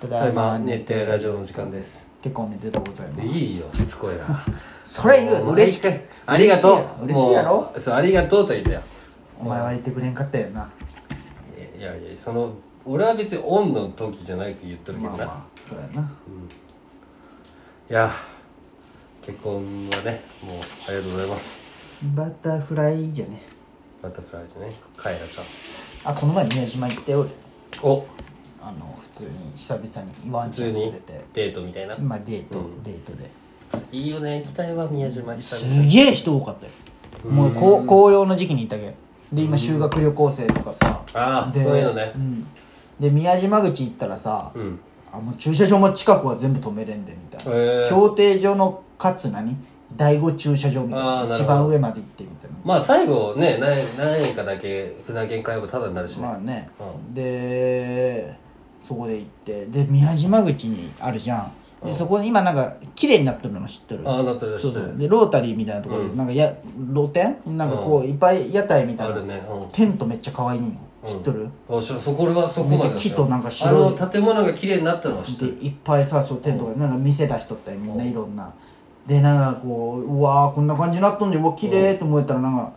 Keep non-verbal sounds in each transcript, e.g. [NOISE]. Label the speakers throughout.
Speaker 1: た
Speaker 2: ただ
Speaker 1: だ
Speaker 2: い
Speaker 1: い
Speaker 2: ま
Speaker 1: ま
Speaker 2: 寝てラジオの時間です
Speaker 1: 結婚おめでとうございます
Speaker 2: いいよしつこ
Speaker 1: [LAUGHS]
Speaker 2: いな
Speaker 1: それ言う嬉しい
Speaker 2: いありがとう
Speaker 1: 嬉しいやろ
Speaker 2: もうそうありがとうと言ったよ
Speaker 1: お前は言ってくれんかったよない
Speaker 2: やいやその俺は別にオンの時じゃないって言っとるけど
Speaker 1: ま
Speaker 2: な、
Speaker 1: あまあそうやない
Speaker 2: や結婚はねもうありがとうございます
Speaker 1: バタフライじゃね
Speaker 2: バタフライじゃねカエラちゃん
Speaker 1: あこの前宮島行って俺
Speaker 2: お
Speaker 1: あの普通に久々にワン
Speaker 2: 普
Speaker 1: ちゃ
Speaker 2: 通
Speaker 1: ん連
Speaker 2: に
Speaker 1: れて
Speaker 2: デートみたいな
Speaker 1: まあデート、デートで
Speaker 2: いいよね行きたいわ宮島久々
Speaker 1: すげえ人多かったよもうこう紅葉の時期に行ったけで今修学旅行生とかさ
Speaker 2: ああ
Speaker 1: で
Speaker 2: そういうのね
Speaker 1: んで宮島口行ったらさ、
Speaker 2: うん
Speaker 1: あもう駐車場も近くは全部止めれんでみたいな、
Speaker 2: へえ
Speaker 1: 競艇場のかつ何第5駐車場みたい
Speaker 2: あー
Speaker 1: な
Speaker 2: なるほど
Speaker 1: 一番上まで行ってみたいな
Speaker 2: まあ最後ね何何円かだけ船券買えばタダになるしね、
Speaker 1: まあね、
Speaker 2: う
Speaker 1: でそこで行ってで宮島口にあるじゃんでそこで今なんか綺麗になってるの知ってる
Speaker 2: ああなったら
Speaker 1: そ
Speaker 2: し
Speaker 1: う
Speaker 2: て
Speaker 1: そ
Speaker 2: る
Speaker 1: うでロータリーみたいなところで、なんかや露店なんかこう、いっぱい屋台みたい
Speaker 2: あ
Speaker 1: な、
Speaker 2: るねうん
Speaker 1: テントめっちゃ可愛いんよ知っとる、
Speaker 2: あ知らんそこ俺はそこまでだ
Speaker 1: めっちゃ木となんか白い
Speaker 2: あの建物が綺麗になったのは知ってる
Speaker 1: でいっぱいさそうテントが、なんか店出しとったりみんないろんな、でなんかこううわーこんな感じになっとんじゃんうわ綺麗と思えたらなんか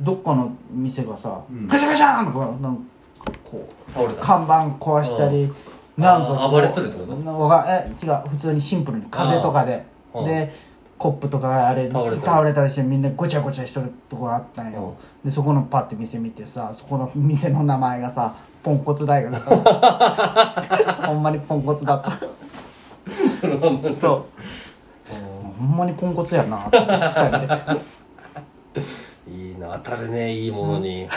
Speaker 1: どっかの店がさ、ガシャガシャーンとかなんかこ
Speaker 2: 倒れ
Speaker 1: う
Speaker 2: た
Speaker 1: 看板壊したり、なんかこ
Speaker 2: あ
Speaker 1: う
Speaker 2: 暴れとるってこと
Speaker 1: なわかんえ違う普通にシンプルに風とかで
Speaker 2: あー
Speaker 1: でコップとかあれ
Speaker 2: 倒れた
Speaker 1: たりしてみんなごちゃごちゃしとるとこがあったんよでそこのパッて店見てさそこの店の名前がさポンコツ大学
Speaker 2: [LAUGHS]
Speaker 1: ほんまにポンコツだった
Speaker 2: そのまんま
Speaker 1: そうほんまにポンコツやなって2人で
Speaker 2: [LAUGHS] いいな当たるねいいもの
Speaker 1: [LAUGHS]
Speaker 2: に、うん、いい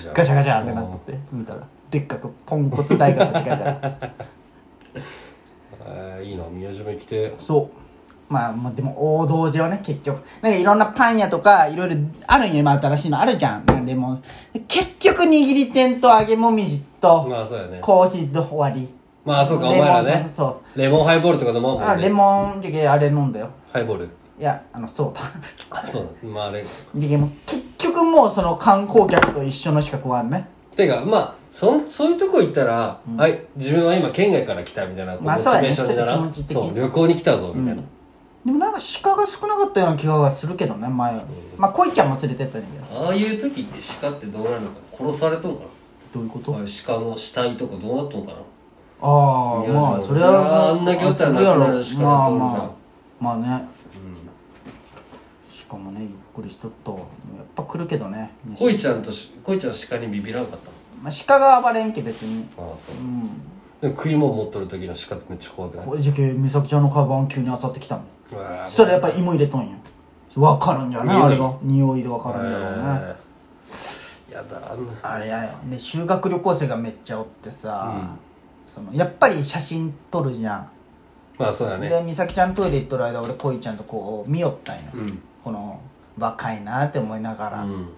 Speaker 2: じゃん
Speaker 1: ガシャガシャってなってて見たらでっかく「ポンコツ大学」って書いてある
Speaker 2: えーいいな宮島来て
Speaker 1: そうまあまあでも王道じゃね結局なんかいろんなパン屋とかいろいろあるんよ今新しいのあるじゃんなんでも結局握り天と揚げもみじと
Speaker 2: まあそうやね
Speaker 1: コーヒーと終わり
Speaker 2: まあそうかお
Speaker 1: レ
Speaker 2: 前
Speaker 1: モン
Speaker 2: らね
Speaker 1: そう
Speaker 2: レモンハイボールとか飲まんもんね
Speaker 1: あレモンじゃけあれ飲んだよ
Speaker 2: ハイボール
Speaker 1: いやあのそうだ [LAUGHS]
Speaker 2: あそうだまああれ
Speaker 1: じゃけもう結局もうその観光客と一緒のしか食わんね
Speaker 2: てかまあそんそういうとこ行ったら、はい自分は今県外から来たみたいな
Speaker 1: まあ
Speaker 2: こ
Speaker 1: そうやね
Speaker 2: モチベーションにならん
Speaker 1: ちょっと気持ち的に
Speaker 2: そう旅行に来たぞみたいな、
Speaker 1: でもなんか鹿が少なかったような気がするけどね前はまあ恋ちゃんも連れてったんだけど
Speaker 2: ああいう時って鹿ってどうなるのかな殺されとんかな
Speaker 1: どういうこと、
Speaker 2: ああいう鹿の死体とかどうなっとんかな
Speaker 1: あ
Speaker 2: い
Speaker 1: あ
Speaker 2: や
Speaker 1: まあ
Speaker 2: でも
Speaker 1: それは
Speaker 2: あんだけおったら
Speaker 1: するやろ
Speaker 2: なくなるしか
Speaker 1: まあ
Speaker 2: どうじゃん
Speaker 1: まあまあね、しかもねゆっくりしとったわやっぱ来るけどね、
Speaker 2: こいちゃんとしこいちゃん鹿にビビらんかっ
Speaker 1: まあ、鹿が暴れんけ別に
Speaker 2: たああそう
Speaker 1: うん
Speaker 2: で食い物持っとる時の鹿ってめっちゃ怖くない
Speaker 1: これじゃけ美咲ちゃんのカバン急に漁ってきたもん
Speaker 2: うわー
Speaker 1: そしたらやっぱ芋入れとんやわかるんじゃね
Speaker 2: 匂い
Speaker 1: あれが匂いでわかるんだろうね、
Speaker 2: えーやだあんな
Speaker 1: あれやよで修学旅行生がめっちゃおってさ、そのやっぱり写真撮るじゃん
Speaker 2: まあそうだね
Speaker 1: で美咲ちゃんトイレ行っとる間俺恋ちゃんとこう見よったんよ、
Speaker 2: ん
Speaker 1: この若いなって思いながら、
Speaker 2: うん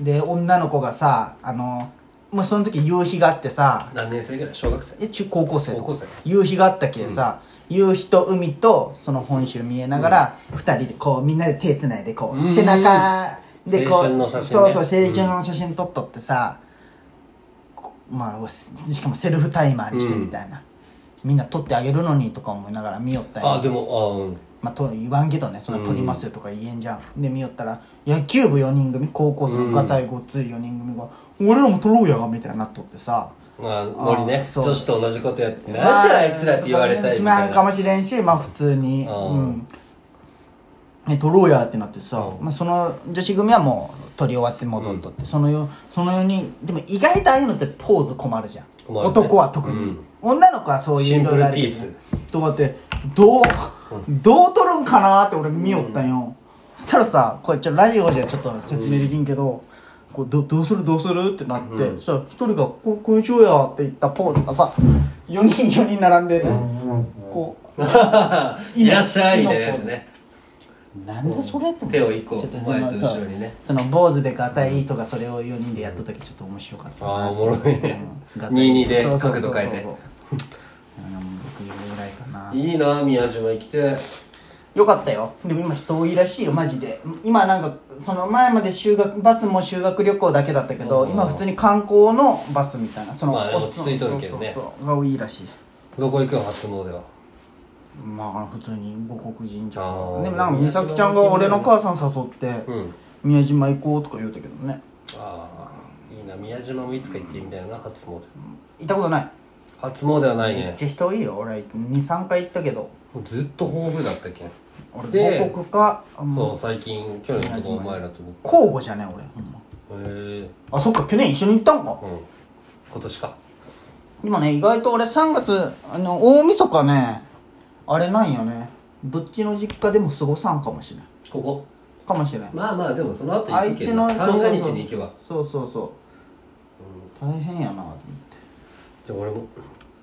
Speaker 1: で女の子がさあのもうその時夕日があってさ
Speaker 2: 何年生ぐらい小学生
Speaker 1: え中高校生とか
Speaker 2: 高校生
Speaker 1: 夕日があったけさ、夕日と海とその本州見えながら二人でこうみんなで手つないでこ
Speaker 2: うん
Speaker 1: う背中でこ
Speaker 2: 青春
Speaker 1: う
Speaker 2: の
Speaker 1: そ
Speaker 2: 写
Speaker 1: う
Speaker 2: 真ね
Speaker 1: そう青春の写真撮っとってさ、こまあしかもセルフタイマーにしてみたいな、みんな撮ってあげるのにとか思いながら見よったんよ
Speaker 2: あでも
Speaker 1: まあ、と言わんけどねそんな撮りますよとか言えんじゃん、で見よったら野球部4人組高校生のガタイごっつい4人組が「俺らも撮ろうや」みたいになっとってさ
Speaker 2: ああノリね
Speaker 1: あそう
Speaker 2: 女子と同じことやって何じゃあいつらって言われたいみ
Speaker 1: まあ
Speaker 2: た
Speaker 1: ない
Speaker 2: [LAUGHS]
Speaker 1: んか
Speaker 2: な
Speaker 1: もしれんしまあ普通に
Speaker 2: あー
Speaker 1: うんね撮ろうやってなってさ、
Speaker 2: うん
Speaker 1: まあ、その女子組はもう撮り終わって戻っとって、そのよその4人でも意外とああいうのってポーズ困るじゃん、
Speaker 2: 困るね
Speaker 1: 男は特に、
Speaker 2: うん
Speaker 1: 女の子はそういう
Speaker 2: シンプル
Speaker 1: 色々あるけど
Speaker 2: ピース
Speaker 1: とかってどうどう撮るんかなって俺見よったんよ、そしたらさこれちょっとラジオじゃちょっと説明できんけど、こうどどうするどうするってなって、そしたら一人が「ここうしようや」って言ったポーズがさ4人4人並んでね、こう
Speaker 2: いらっしゃいみたいなやつね
Speaker 1: なんでそれって思って
Speaker 2: 手を一個
Speaker 1: ちょっと
Speaker 2: 前と後ろにね
Speaker 1: その坊主でガタイいい人がそれを4人でやっとったけどちょっと面白かったな
Speaker 2: ああおもろいね
Speaker 1: うん [LAUGHS] ガタイ
Speaker 2: 22で
Speaker 1: そうそう
Speaker 2: 角度変
Speaker 1: そ
Speaker 2: え
Speaker 1: うそうそううん僕ぐらいかない
Speaker 2: いな宮島行きて
Speaker 1: いよかったよでも今人多いらしいよマジで今なんかその前まで修学バスも修学旅行だけだったけど
Speaker 2: うん
Speaker 1: 今普通に観光のバスみたいなその
Speaker 2: まあ
Speaker 1: おす
Speaker 2: 落ち着いとるけどね
Speaker 1: そうそうそうが多いらしい
Speaker 2: どこ行くの初詣は
Speaker 1: まあ普通に護国神社
Speaker 2: あー
Speaker 1: でもなんか美咲ちゃんが俺の母さん誘って
Speaker 2: うん
Speaker 1: 宮島行こうとか言うたけどね
Speaker 2: ああいいな宮島もいつか行ってみたいな初詣
Speaker 1: 行ったことない
Speaker 2: 初詣はない
Speaker 1: めっ
Speaker 2: ね
Speaker 1: ちゃ人多いよ俺23回行ったけど
Speaker 2: ずっと豊富だったっけ
Speaker 1: 俺
Speaker 2: で
Speaker 1: 母国か
Speaker 2: そ
Speaker 1: も
Speaker 2: う
Speaker 1: う
Speaker 2: 最近去年とかお前らと僕
Speaker 1: 交互じゃね俺ほんま
Speaker 2: へえ
Speaker 1: あそっか去年一緒に行ったんか
Speaker 2: うん今年か
Speaker 1: 今ね意外と俺3月あの大晦日ねあれなんよねどっちの実家でも過ごさんかもしれん
Speaker 2: ここ
Speaker 1: かもしれん
Speaker 2: まあまあでもその後行
Speaker 1: 相
Speaker 2: くけ
Speaker 1: 手
Speaker 2: ど
Speaker 1: の
Speaker 2: 三が日に行けば
Speaker 1: そうそうそう大変やなと思って
Speaker 2: じゃあ俺も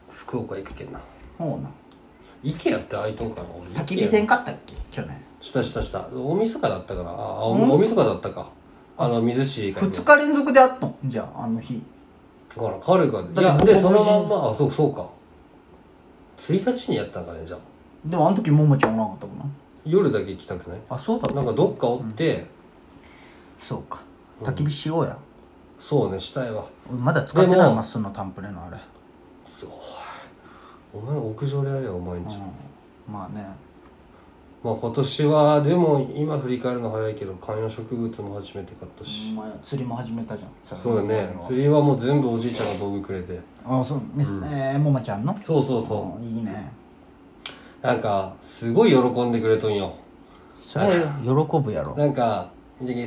Speaker 2: 福岡行くけんな
Speaker 1: ほうな
Speaker 2: イケアって開いとんかな俺
Speaker 1: 焚き火せんかったっけ去年
Speaker 2: したしたした大晦日だったからああ大
Speaker 1: 大晦日
Speaker 2: 晦日だったかあの水市から
Speaker 1: 2日連続であったんじゃああの日
Speaker 2: だから彼が
Speaker 1: て
Speaker 2: いや
Speaker 1: 僕
Speaker 2: で
Speaker 1: 僕
Speaker 2: そのまんまあそうそうか1日にやったんかねじゃあ
Speaker 1: でもあの時ももちゃんおらんかったかな
Speaker 2: 夜だけ来たくない
Speaker 1: あそうだ
Speaker 2: なんかどっかおって、
Speaker 1: そうか焚き火しようや、
Speaker 2: そうねしたいわ
Speaker 1: まだ使って
Speaker 2: で
Speaker 1: ない
Speaker 2: も
Speaker 1: まっすーのタンプレのあれ
Speaker 2: そうお前屋上でやれよお前んち、
Speaker 1: まあね
Speaker 2: まあ今年はでも今振り返るの早いけど観葉植物も初めて買ったし、
Speaker 1: お前釣りも始めたじゃん
Speaker 2: そうだね釣りはもう全部おじいちゃんが道具くれて
Speaker 1: あそうですね、ももちゃんの
Speaker 2: そうそうそ
Speaker 1: うんいいね
Speaker 2: うなんかすごい喜んでくれとんよ
Speaker 1: それ喜ぶやろ
Speaker 2: なんか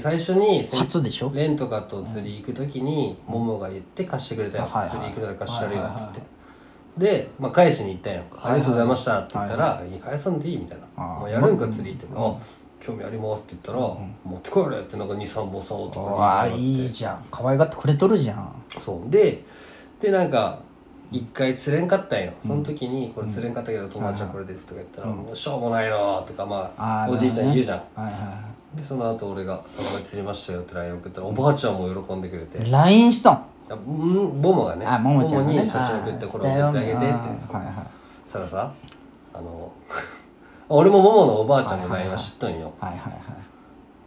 Speaker 2: 最初にせん
Speaker 1: 初でしょ
Speaker 2: レンとかと釣り行く時にモモが言って貸してくれたよ、
Speaker 1: はいはい
Speaker 2: 釣り行くなら貸してやるよっつって、
Speaker 1: はいはい
Speaker 2: で、まあ、返しに行ったんよ、ありがとうございましたって言ったら「
Speaker 1: はい
Speaker 2: や返さんでいい」みたいな「
Speaker 1: あー
Speaker 2: もうやるんか釣り」って「あ興味あります」って言ったら「持ってこいれ」ってなんか23本竿と
Speaker 1: わ
Speaker 2: か
Speaker 1: あいいじゃん可愛がってくれとるじゃん
Speaker 2: そうででなんか一回釣れんかったんよその時に「これ釣れんかったけど友達はこれです」とか言ったら「もうしょうもないな」とかま
Speaker 1: あ
Speaker 2: あ
Speaker 1: ー
Speaker 2: おじいちゃん言うじゃん、
Speaker 1: はいは
Speaker 2: でその後俺が「3回釣りましたよ」って LINE 送ったらおばあちゃんも喜んでくれて
Speaker 1: い LINE したん
Speaker 2: いやうんボモがね
Speaker 1: あももちゃんがね
Speaker 2: に写真送って
Speaker 1: あー
Speaker 2: これ送ってあげてっ
Speaker 1: したよ
Speaker 2: てそう
Speaker 1: はいは
Speaker 2: したらさあの [LAUGHS] 俺もモモのおばあちゃんの LINE は知っとんよ
Speaker 1: いはいはいはい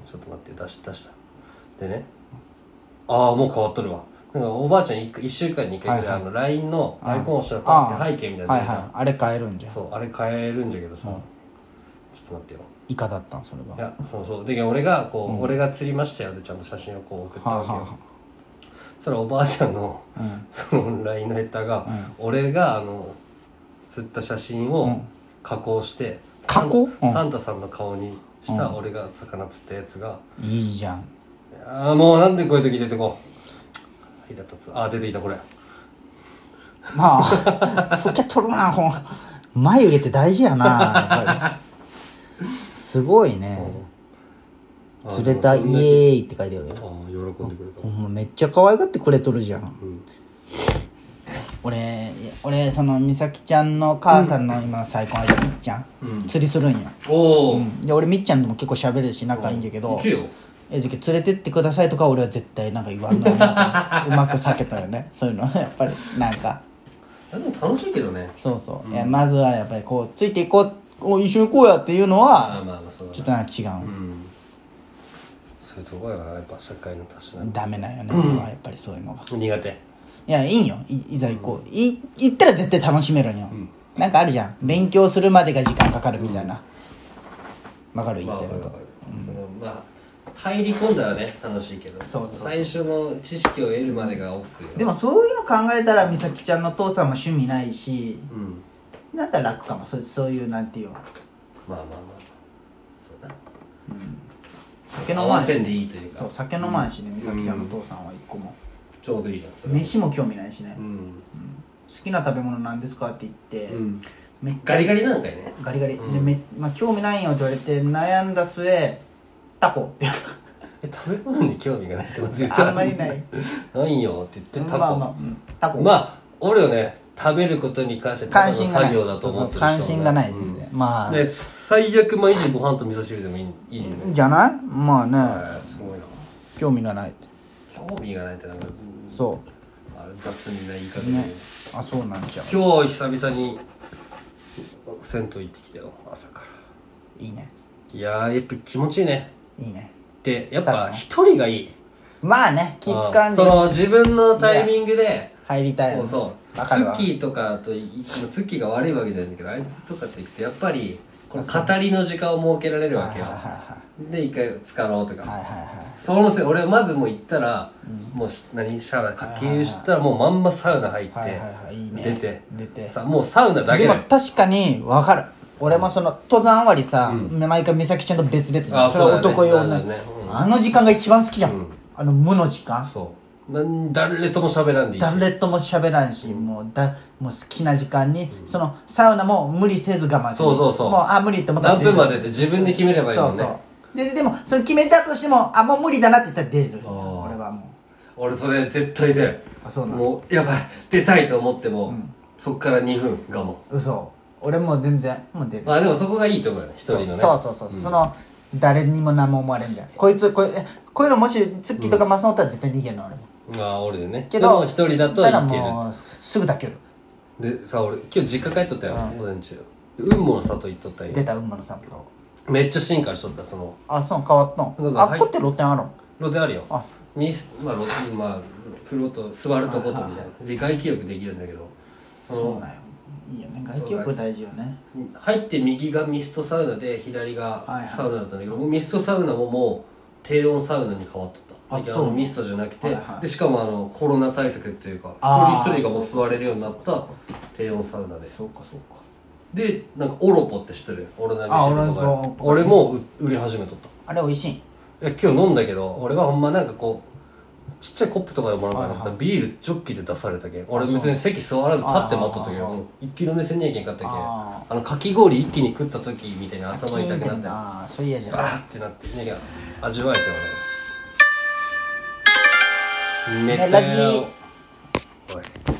Speaker 2: ちょっと待って出し出したでねああもう変わっとるわなんかおばあちゃん 1, 週間に1回ぐらいあの LINE のアイコンを押したらパ
Speaker 1: あー
Speaker 2: ッて背景みたいなの出るじゃ
Speaker 1: は
Speaker 2: ん、
Speaker 1: いはいあれ変えるんじゃん
Speaker 2: そうあれ変えるんじゃけどさ、ちょっと待ってよ
Speaker 1: イカだったんそれ
Speaker 2: い
Speaker 1: が
Speaker 2: やそうそうで俺がこう、俺が釣りましたよ」でちゃんと写真をこう送ったわけよ、
Speaker 1: はあはあ
Speaker 2: そしたらおばあちゃんの、その LINE のヘッダーが、俺があの釣った写真を加工して、
Speaker 1: 加工
Speaker 2: サンサンタさんの顔にした俺が魚釣ったやつが
Speaker 1: いいじゃん
Speaker 2: 「ああもうなんでこういう時出てこん」イラ立つあー出てきたこれ
Speaker 1: まあ老けとるなほん眉毛って大事やなやっぱりすごいね
Speaker 2: あー
Speaker 1: 釣れたイエ
Speaker 2: で
Speaker 1: ー
Speaker 2: もそんな
Speaker 1: イって書いてあるよ
Speaker 2: あー喜んでくれた、
Speaker 1: ほんまめっちゃ可愛がってくれとるじゃん、
Speaker 2: ん
Speaker 1: 俺いや俺その美咲ちゃんの母さんの今最高相手みっちゃん、釣りするんや、
Speaker 2: おお、
Speaker 1: で俺みっちゃんとも結構喋るし仲いいんだけど、
Speaker 2: 行くよ
Speaker 1: えじゃあ連れてってくださいとか俺は絶対なんか言わんのうまくうまく避けたよねそういうの [LAUGHS] はやっぱりなんか
Speaker 2: いやでも楽しいけどね
Speaker 1: そうそう、いやまずはやっぱりこうついていこうお一緒に行こうやっていうのは
Speaker 2: あーまあまあそうだ
Speaker 1: ちょっ
Speaker 2: な
Speaker 1: となんか違う、
Speaker 2: うんそういうとこやなやっぱ社会のたしなみ
Speaker 1: ダメなんよね、俺はやっぱりそういうのが
Speaker 2: 苦手
Speaker 1: いやいいんよいいざ行こう、い行ったら絶対楽しめるんよ、なんかあるじゃん勉強するまでが時間かかるみたいなわ、かる言
Speaker 2: まあ
Speaker 1: っ
Speaker 2: わ
Speaker 1: て
Speaker 2: か
Speaker 1: る
Speaker 2: る
Speaker 1: こ
Speaker 2: わ
Speaker 1: と
Speaker 2: かるそのまあ入り込んだらね楽しいけど
Speaker 1: そうそうそう
Speaker 2: 最初の知識を得るまでが億劫よ
Speaker 1: でもそういうの考えたら美咲ちゃんの父さんも趣味ないし
Speaker 2: うん
Speaker 1: だったら楽かもそうそういうなんていう
Speaker 2: まあまあまあそうだ
Speaker 1: 酒飲
Speaker 2: 合
Speaker 1: ま
Speaker 2: わ
Speaker 1: ん
Speaker 2: せ
Speaker 1: し
Speaker 2: んでいいというか
Speaker 1: そう酒飲まんしね美咲ちゃんの父さんは一個も、
Speaker 2: ちょうどいいじゃんそれは
Speaker 1: 飯も興味ないしね、
Speaker 2: う
Speaker 1: 好
Speaker 2: ん
Speaker 1: きな食べ物なんですかって言って、
Speaker 2: うん
Speaker 1: めっちゃ
Speaker 2: ガリガリなんかいね
Speaker 1: ガリガリ、
Speaker 2: うん
Speaker 1: でめ、まあ、興味ないよって言われて悩んだ末タコって言った
Speaker 2: え食べ物に興味がないってますよ
Speaker 1: あんまり [LAUGHS] ない
Speaker 2: ないよって言ってタコ
Speaker 1: まあまあ、うんタコ
Speaker 2: まあ俺よね食べることに関してただ
Speaker 1: 関
Speaker 2: の
Speaker 1: 心がない
Speaker 2: 作業だと思ってる人は
Speaker 1: 関心がないですね、まあ、
Speaker 2: ね最悪毎日ご飯と味噌汁でもいいいいよね
Speaker 1: じゃないまあね、
Speaker 2: はいすごいな
Speaker 1: 興味がない
Speaker 2: 興味がないってなんかうん
Speaker 1: そう
Speaker 2: あれ雑にな言い方で、
Speaker 1: ねあそうなんじゃう
Speaker 2: 今日久々に銭湯行ってきたよ朝から
Speaker 1: いいね
Speaker 2: いやーやっぱ気持ちいいね
Speaker 1: いいね
Speaker 2: でやっ
Speaker 1: さあ
Speaker 2: ぱ
Speaker 1: ね
Speaker 2: 一人がいい
Speaker 1: まあねキープ感
Speaker 2: うん
Speaker 1: じ
Speaker 2: その自分のタイミングで
Speaker 1: 入りたい
Speaker 2: そ
Speaker 1: よ
Speaker 2: う
Speaker 1: ね
Speaker 2: そうツ
Speaker 1: わかるわ
Speaker 2: ッキーとかといツッキーが悪いわけじゃないんだけどあいつとかと言ってやっぱりこの語りの時間を設けられるわ
Speaker 1: はい
Speaker 2: け
Speaker 1: はい
Speaker 2: よ
Speaker 1: はい
Speaker 2: で一回使ろうとか、
Speaker 1: はいはいはいはい
Speaker 2: そのせい俺まずもう行ったら、もうし何シャワーかけ湯したらもうまんまサウナ入って、
Speaker 1: はいはいはいいいね
Speaker 2: 出て
Speaker 1: 出て
Speaker 2: さもうサウナだけ
Speaker 1: でも
Speaker 2: だよ
Speaker 1: 確かに分かる俺もその登山終わりさ、毎回美咲ちゃんと別々じゃん
Speaker 2: あ
Speaker 1: それは
Speaker 2: そうだね
Speaker 1: 男用
Speaker 2: そ
Speaker 1: の、
Speaker 2: うだねうん
Speaker 1: あの時間が一番好きじゃん、あの無の時間
Speaker 2: そうなん誰とも喋らんでいいし
Speaker 1: 誰とも喋らんし、もうだもう好きな時間に、そのサウナも無理せず我慢する
Speaker 2: そうそうそう
Speaker 1: もうあ無理って思ったら
Speaker 2: 何分までって自分で決めればいいもんね
Speaker 1: そうそうでででもそれ決めたとしてもあもう無理だなって言ったら出る
Speaker 2: あー
Speaker 1: 俺はも
Speaker 2: 俺それ絶対出る
Speaker 1: あそうなの
Speaker 2: もうやばい出たいと思っても、そっから2分がも
Speaker 1: う嘘俺もう全然もう出る
Speaker 2: うまあでもそこがいいとこだね一人のね
Speaker 1: そうそうそう、その誰にも何も思われんじゃんこいつこうえこういうのもしツッキーとか松本だったら絶対逃げるの俺も
Speaker 2: まあ俺でね
Speaker 1: け
Speaker 2: で
Speaker 1: ど
Speaker 2: も一人だとい
Speaker 1: たら
Speaker 2: ける
Speaker 1: もうすぐ抱ける
Speaker 2: でさ俺今日実家帰っとったよ、午前中雲母の里行っとったよ
Speaker 1: 出た馬の散歩
Speaker 2: めっちゃ進化しとったその
Speaker 1: あそう変わった
Speaker 2: だ
Speaker 1: の
Speaker 2: から
Speaker 1: あっこって露店あるの
Speaker 2: ロテあるよ
Speaker 1: あ
Speaker 2: ミスまあロまあフロート座るとことみたいなで外気浴できるんだけどそ
Speaker 1: そう
Speaker 2: の
Speaker 1: だよいいよね外気浴大事よね
Speaker 2: 入って右がミストサウナで左
Speaker 1: はいは
Speaker 2: が
Speaker 1: い
Speaker 2: サウナだったんだけど、もうミストサウナももう低温サウナに変わっとった
Speaker 1: あ
Speaker 2: で
Speaker 1: そう
Speaker 2: のミストじゃなくて、
Speaker 1: はいはい
Speaker 2: でしかもあのコロナ対策っていうか
Speaker 1: あー
Speaker 2: 一人一人がもう座れるようになった低温サウナで
Speaker 1: そうかそうか
Speaker 2: でなんかオロポって知ってるオロナミシ
Speaker 1: あ
Speaker 2: ェルと
Speaker 1: オロ
Speaker 2: か
Speaker 1: ポ
Speaker 2: 俺もう売り始めとった
Speaker 1: あれ美味しい
Speaker 2: いや今日飲んだけど俺はほんまなんかこうちっちゃいコップとかでもらわなかったビールジョッキで出されたけん俺別に席座らず立って待っとったけどもう一気飲みせんにゃいけんかったけん
Speaker 1: あ
Speaker 2: あのかき氷一気に食った時みたいに頭
Speaker 1: キー
Speaker 2: 痛
Speaker 1: ンっ
Speaker 2: く
Speaker 1: てな
Speaker 2: なっ
Speaker 1: ん
Speaker 2: て
Speaker 1: だあーそれ嫌じゃん
Speaker 2: バーってなってね味わえて俺めっ
Speaker 1: ラジ
Speaker 2: おい